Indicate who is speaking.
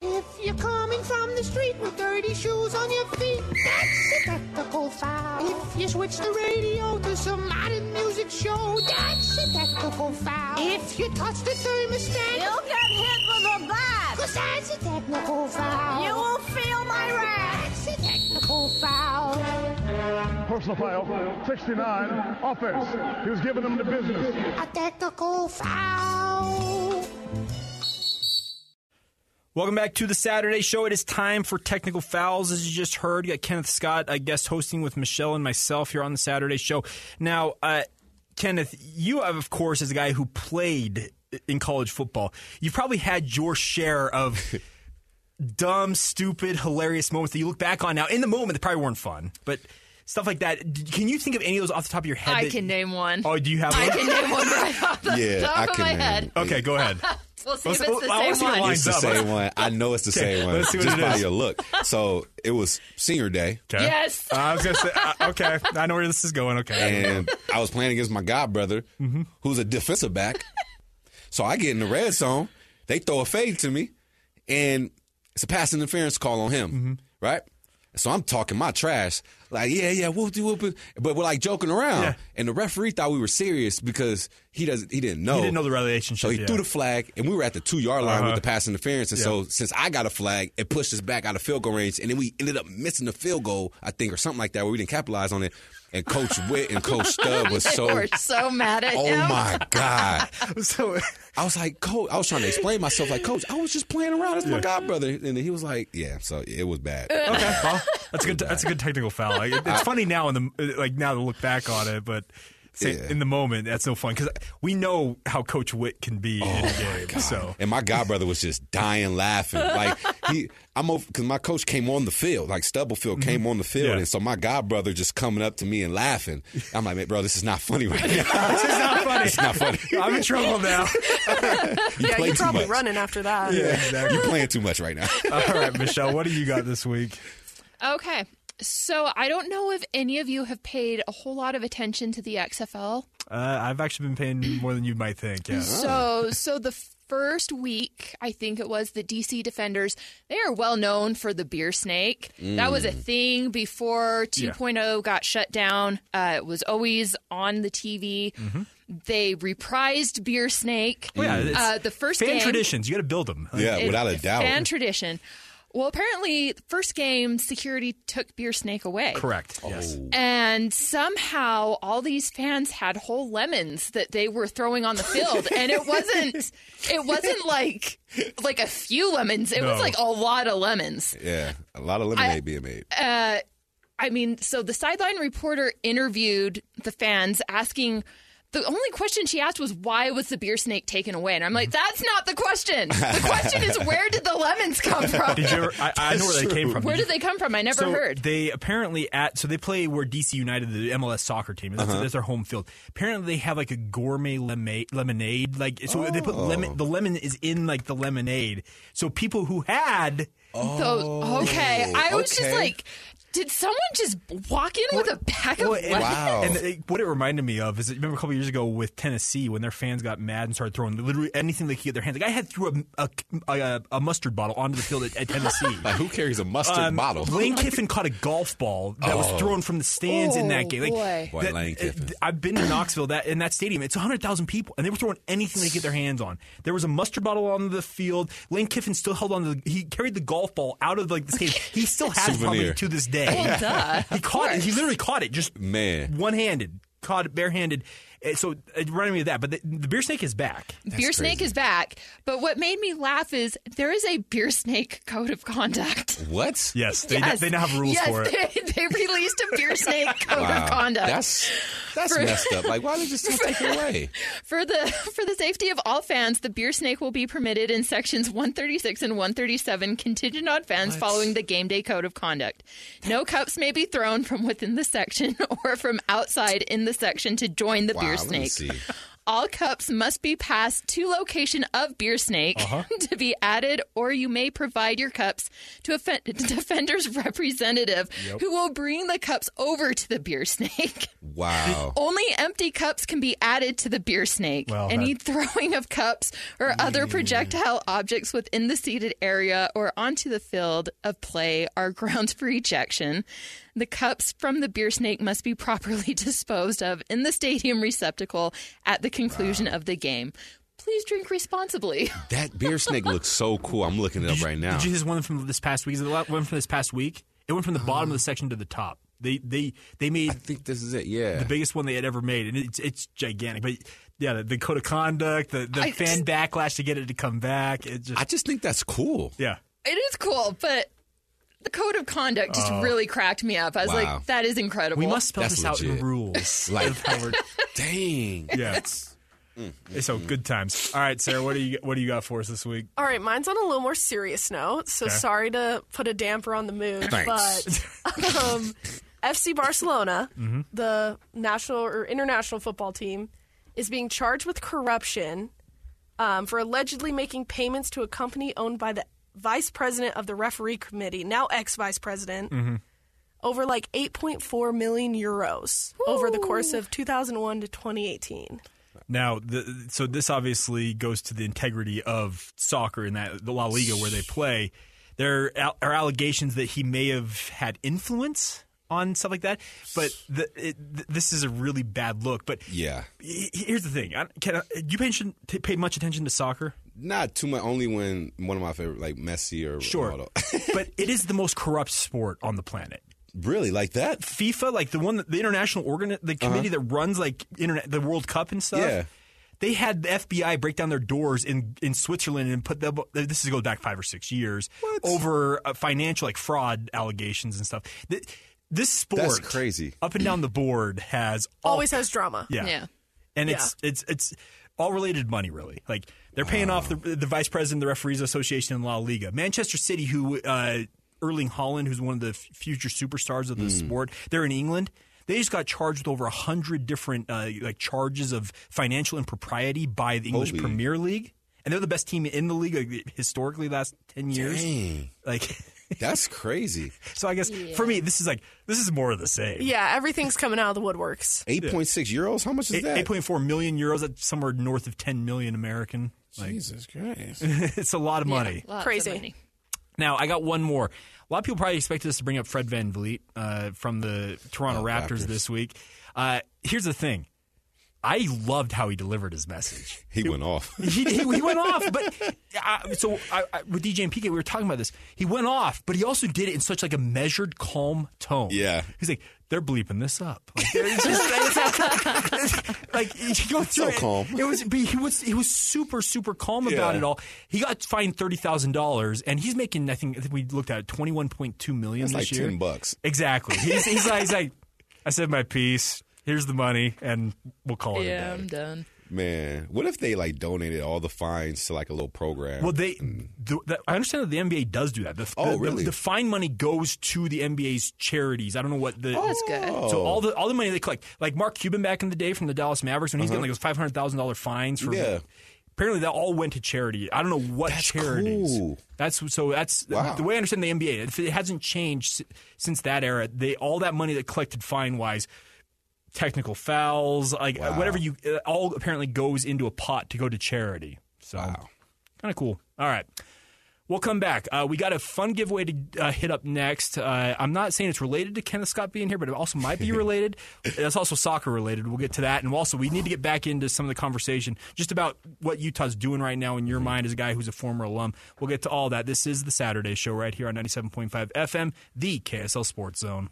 Speaker 1: If you're coming from the street with dirty shoes on your feet, that's a technical foul. If you switch the radio to some modern music show, that's a technical foul. If you touch the thermostat,
Speaker 2: You get hit with a bat.
Speaker 1: 'cause that's a technical foul.
Speaker 2: You will feel my wrath.
Speaker 1: that's a technical foul.
Speaker 3: Personal file 69, offense. He was giving them the business.
Speaker 1: A technical foul.
Speaker 4: Welcome back to the Saturday show. It is time for technical fouls, as you just heard. You got Kenneth Scott, I guess, hosting with Michelle and myself here on the Saturday show. Now, uh, Kenneth, you have, of course, as a guy who played in college football, you've probably had your share of dumb, stupid, hilarious moments that you look back on now. In the moment, they probably weren't fun, but stuff like that. D- Can you think of any of those off the top of your head?
Speaker 5: I
Speaker 4: that-
Speaker 5: can name one.
Speaker 4: Oh, do you have?
Speaker 5: I
Speaker 4: one?
Speaker 5: can name one right off the
Speaker 6: Yeah,
Speaker 5: top
Speaker 6: I
Speaker 5: of
Speaker 6: can
Speaker 5: my
Speaker 6: name
Speaker 5: head.
Speaker 6: one.
Speaker 4: Okay, go ahead.
Speaker 5: We'll see if
Speaker 4: Let's-
Speaker 5: it's the
Speaker 4: I wanna see
Speaker 5: same
Speaker 4: what
Speaker 5: one.
Speaker 4: line-
Speaker 6: It's the
Speaker 4: Lines up.
Speaker 6: same one. I know it's the same one.
Speaker 4: let's see what
Speaker 6: Just
Speaker 4: it
Speaker 6: by
Speaker 4: is.
Speaker 6: your look. So it was senior day,
Speaker 4: Okay.
Speaker 5: Yes.
Speaker 4: I was gonna say. uh, okay, I know where this is going. Okay.
Speaker 6: and I was playing against my guy brother,
Speaker 4: Mm-hmm.
Speaker 6: who's a defensive back. So I get in the red zone. They throw a fade to me, and it's a pass interference call on him,
Speaker 4: Mm-hmm.
Speaker 6: right? So I'm talking my trash, like yeah, yeah, whoop de whoop, but we're like joking around,
Speaker 4: Yeah.
Speaker 6: and the referee thought we were serious because he doesn't, he didn't know,
Speaker 4: You didn't know the relationship.
Speaker 6: So he
Speaker 4: yeah. Uh-huh.
Speaker 6: threw the flag, and we were at the two yard line with the pass interference. And so, since I got a flag, it pushed us back out of field goal range, and then we ended up missing the field goal, I think, or something like that, where we didn't capitalize on it. And Coach Witt and Coach Stubb was
Speaker 5: They
Speaker 6: so,
Speaker 5: were so mad at
Speaker 6: oh
Speaker 5: him.
Speaker 6: my god!
Speaker 4: So
Speaker 6: I was like, Coach, I was trying to explain myself, like, Coach, I was just playing around. It's my god brother, and then he was like, Yeah, so it was bad.
Speaker 5: Uh,
Speaker 4: okay, well, that's a good. That's a good technical foul. Like, it-
Speaker 6: Uh,
Speaker 4: it's funny now in the like now to look back on it, but say,
Speaker 6: Yeah.
Speaker 4: in the moment that's no fun because we know how Coach Witt can be
Speaker 6: Oh
Speaker 4: in a game. So
Speaker 6: And my godbrother was just dying laughing. Like he, I'm over because my coach came on the field, like Stubblefield came on the field,
Speaker 4: Mm-hmm. Yeah.
Speaker 6: and so my godbrother just coming up to me and laughing. I'm like, "Man, bro, this is not funny right now.
Speaker 4: this is not funny.
Speaker 6: it's not funny.
Speaker 4: I'm in trouble now.
Speaker 6: You
Speaker 7: Yeah,
Speaker 6: play
Speaker 7: you're
Speaker 6: too
Speaker 7: probably
Speaker 6: much.
Speaker 7: running after that.
Speaker 6: Yeah, exactly. You're playing too much right now.
Speaker 4: All right, Michelle, what do you got this week?
Speaker 5: Okay. So I don't know if any of you have paid a whole lot of attention to the XFL.
Speaker 4: Uh, I've actually been paying more than you might think. Yeah.
Speaker 5: So so the first week, I think it was the DC Defenders, they are well known for the beer snake. That was a
Speaker 4: Mm.
Speaker 5: thing before 2.0 got shut down. Uh, it was always on the TV. They reprised beer snake.
Speaker 4: Mm-hmm. Oh, yeah, it's
Speaker 5: uh, the first
Speaker 4: fan
Speaker 5: game-
Speaker 4: traditions. You got to build them.
Speaker 6: Yeah,
Speaker 5: It-
Speaker 6: without a doubt.
Speaker 5: Fan tradition. Well, apparently, the first game, security took beer snake away.
Speaker 4: Correct. Yes.
Speaker 6: Oh.
Speaker 5: And somehow all these fans had whole lemons that they were throwing on the field and it wasn't it wasn't like like a few lemons. It
Speaker 4: No.
Speaker 5: was like a lot of lemons.
Speaker 6: yeah, a lot of lemonade being made.
Speaker 4: Uh,
Speaker 5: I mean, so the sideline reporter interviewed the fans asking the only question she asked was why was the beer snake taken away? And I'm like,
Speaker 4: Mm-hmm.
Speaker 5: that's not the question. The question is where did the lemons come from?
Speaker 4: Did you? Ever, I, I know where they came from.
Speaker 5: where
Speaker 4: Did you-
Speaker 5: did they come from? I never
Speaker 4: so
Speaker 5: heard.
Speaker 4: They apparently at so they play where DC United, the MLS soccer team, that's, that's their home field. Apparently, they have like a gourmet lemonade. lemonade like so, they put lemon. The lemon is in like the lemonade. So people who had
Speaker 5: So okay, I was
Speaker 6: okay.
Speaker 5: just like, did someone just walk in with a pack of
Speaker 4: Well, and-
Speaker 5: lemons?
Speaker 6: Wow.
Speaker 4: And it- what it reminded me of is, that- remember a couple years ago with Tennessee when their fans got mad and started throwing literally anything they could get their hands. Like I had threw a a, a, a mustard bottle onto the field at, at Tennessee.
Speaker 6: like, who carries a mustard
Speaker 4: Um,
Speaker 6: bottle? Oh.
Speaker 4: Lane Kiffin caught a golf ball that was thrown from the stands in that
Speaker 5: Oh,
Speaker 4: game. Like,
Speaker 5: boy.
Speaker 6: Boy,
Speaker 4: that-
Speaker 6: Lane Kiffin.
Speaker 4: I've been to Knoxville that in that stadium. It's 100,000 people, and they were throwing anything they could get their hands on. There was a mustard bottle on the field. Lane Kiffin still held on to the. He carried the golf ball out of like the stadium. He still has it probably
Speaker 6: Souvenir.
Speaker 4: to this day.
Speaker 5: Well, duh.
Speaker 4: He caught it. He literally caught it just
Speaker 6: Man.
Speaker 4: one handed. Caught it barehanded. Uh, So it reminded me of that. But the, the beer snake is back.
Speaker 5: Beer snake is back, but what made me laugh is there is a beer snake code of conduct.
Speaker 6: What?
Speaker 4: Yes, they,
Speaker 5: yes.
Speaker 4: they now have rules
Speaker 5: yes,
Speaker 4: for it.
Speaker 5: They, they released a beer snake code of conduct
Speaker 6: That's that's
Speaker 5: For-
Speaker 6: messed up. Like, why they just not take it away?
Speaker 5: for the for the safety of all fans. The beer snake will be permitted in sections 136 and 137, contingent on fans following the game day code of conduct. No cups may be thrown from within the section or from outside in the section to join the
Speaker 6: Wow,
Speaker 5: beer
Speaker 6: let me
Speaker 5: snake.
Speaker 6: see.
Speaker 5: All cups must be passed to location of beer snake
Speaker 6: Uh-huh.
Speaker 5: to be added, or you may provide your cups to a fe- defender's representative who will bring the cups over to the beer snake.
Speaker 6: Wow.
Speaker 5: Only empty cups can be added to the beer snake.
Speaker 4: Well, Mm.
Speaker 5: Any throwing of cups or other projectile objects within the seated area or onto the field of play are grounds for ejection. The cups from the beer snake must be properly disposed of in the stadium receptacle at the conclusion of the game. Please drink responsibly.
Speaker 6: That beer snake looks so cool. I'm looking it up right now.
Speaker 4: Did you see this one from this past week? Is it the la- one from this past week? It went from the bottom of the section to the top. They they they made
Speaker 6: I think this is it. Yeah.
Speaker 4: the biggest one they had ever made, and it's it's gigantic. But yeah, the, the code of conduct, the, the
Speaker 5: I
Speaker 4: fan
Speaker 5: just-
Speaker 4: backlash to get it to come back. It just
Speaker 6: I just think that's cool.
Speaker 4: yeah.
Speaker 5: It is cool, but the code of conduct just really cracked me up. I was
Speaker 6: Wow.
Speaker 5: like, that is incredible.
Speaker 4: Oh. We must spell
Speaker 6: That's
Speaker 4: this out
Speaker 6: legit.
Speaker 4: in rules.
Speaker 6: Like-
Speaker 4: of how we're-
Speaker 6: Dang.
Speaker 4: yeah. It's, so good times. All right, Sarah, what do you what do you got for us this week?
Speaker 7: All right, mine's on a little more serious note, so
Speaker 4: Okay.
Speaker 7: sorry to put a damper on the mood,
Speaker 6: Thanks.
Speaker 7: but um, FC Barcelona,
Speaker 4: Mm-hmm.
Speaker 7: the national or international football team, is being charged with corruption um, for allegedly making payments to a company owned by the vice president of the referee committee, now ex vice president,
Speaker 4: Mm-hmm.
Speaker 7: over like 8.4 million euros over the course of 2001 to 2018.
Speaker 4: Now, the, so this obviously goes to the integrity of soccer in that the La Liga where they play. There are, are allegations that he may have had influence on stuff like that, but the, it, th- this is a really bad look. But
Speaker 6: Yeah.
Speaker 4: he- here's the thing: I, can I, you pay, should pay much attention to soccer?
Speaker 6: Not too much. Only when one of my favorite, like Messi or
Speaker 4: Sure,
Speaker 6: Ronaldo.
Speaker 4: but it is the most corrupt sport on the planet.
Speaker 6: really, like that?
Speaker 4: FIFA, like the one, that, the international organ, the committee that runs like internet, the World Cup and stuff.
Speaker 6: Uh-huh. Yeah.
Speaker 4: They had the FBI break down their doors in, in Switzerland and put them. This is going back five or six years over uh, financial like fraud allegations and stuff. Th- This sport,
Speaker 6: That's crazy. Oh,
Speaker 4: Up and down the board has all-
Speaker 7: Always has drama.
Speaker 4: Oh. yeah,
Speaker 5: Yeah.
Speaker 4: and it's it's it's all related money really. Like they're paying off the, the vice president of the referees association in La Liga, Manchester City, who uh, Erling Holland, who's one of the f- future superstars of the
Speaker 6: Hmm.
Speaker 4: sport, they're in England. They just got charged with over a hundred different uh, like charges of financial impropriety by the English
Speaker 6: Holy.
Speaker 4: Premier League, and they're the best team in the league like, historically last ten years.
Speaker 6: Dang.
Speaker 4: Like,
Speaker 6: That's crazy.
Speaker 4: so I guess for me, this is like this is more of the same.
Speaker 7: Yeah, everything's coming out of the woodworks.
Speaker 6: 8.6 euros? How much is that?
Speaker 4: Eight point four million euros, that's somewhere north of ten million American. Like,
Speaker 6: Jesus Christ.
Speaker 4: it's a lot of money.
Speaker 5: Lots of
Speaker 7: Crazy.
Speaker 5: money.
Speaker 4: Now, I got one more. A lot of people probably expected us to bring up Fred Van Vliet uh, from the Toronto Raptors,
Speaker 6: Raptors.
Speaker 4: this week. Uh, here's the thing I loved how he delivered his message.
Speaker 6: He went off.
Speaker 4: He, he, he went off, but uh, so I, I, with DJ and PK, we were talking about this. He went off, but he also did it in such like a measured, calm tone.
Speaker 6: Yeah.
Speaker 4: he's like, "They're bleeping this up." Like, they're just, like, you go through
Speaker 6: So
Speaker 4: it.
Speaker 6: calm.
Speaker 4: It was but he was he was super super calm about
Speaker 6: Yeah.
Speaker 4: it all. He got fined thirty thousand dollars, and he's making I think I think we looked at twenty one point two million
Speaker 6: That's
Speaker 4: this
Speaker 6: like
Speaker 4: year.
Speaker 6: 10 bucks.
Speaker 4: Exactly. He's, he's like he's like, I said my piece. Here's the money, and we'll call it. a
Speaker 5: Yeah,
Speaker 4: day."
Speaker 5: I'm done.
Speaker 6: Man, what if they like donated all the fines to like a little program?
Speaker 4: Well, they. The, the, I understand that the NBA does do that. The,
Speaker 6: Oh,
Speaker 4: the,
Speaker 6: really?
Speaker 4: The, fine money goes to the NBA's charities. I don't know what the.
Speaker 5: Oh, That's good.
Speaker 6: Oh.
Speaker 4: So all the all the money they collect, like Mark Cuban back in the day from the Dallas Mavericks, when he's getting like those five hundred thousand dollar fines for.
Speaker 6: Uh-huh. Yeah.
Speaker 4: Apparently that all went to charity. I don't know what
Speaker 6: That's
Speaker 4: charities.
Speaker 6: cool.
Speaker 4: That's so. That's
Speaker 6: Wow.
Speaker 4: the way I understand the NBA. If it hasn't changed s- since that era, they all that money that collected fine wise, technical fouls, like uh, whatever you, uh, all apparently goes into a pot to go to charity. So kind of cool. All right. We'll come back. Uh, we got a fun giveaway to uh, hit up next. Uh, I'm not saying it's related to Kenneth Scott being here, but it also might be related. That's also soccer related. We'll get to that. And also, we need to get back into some of the conversation just about what Utah's doing right now in your mind as a guy who's a former alum. We'll get to all that. This is the Saturday show right here on 97.5 FM, the KSL Sports Zone.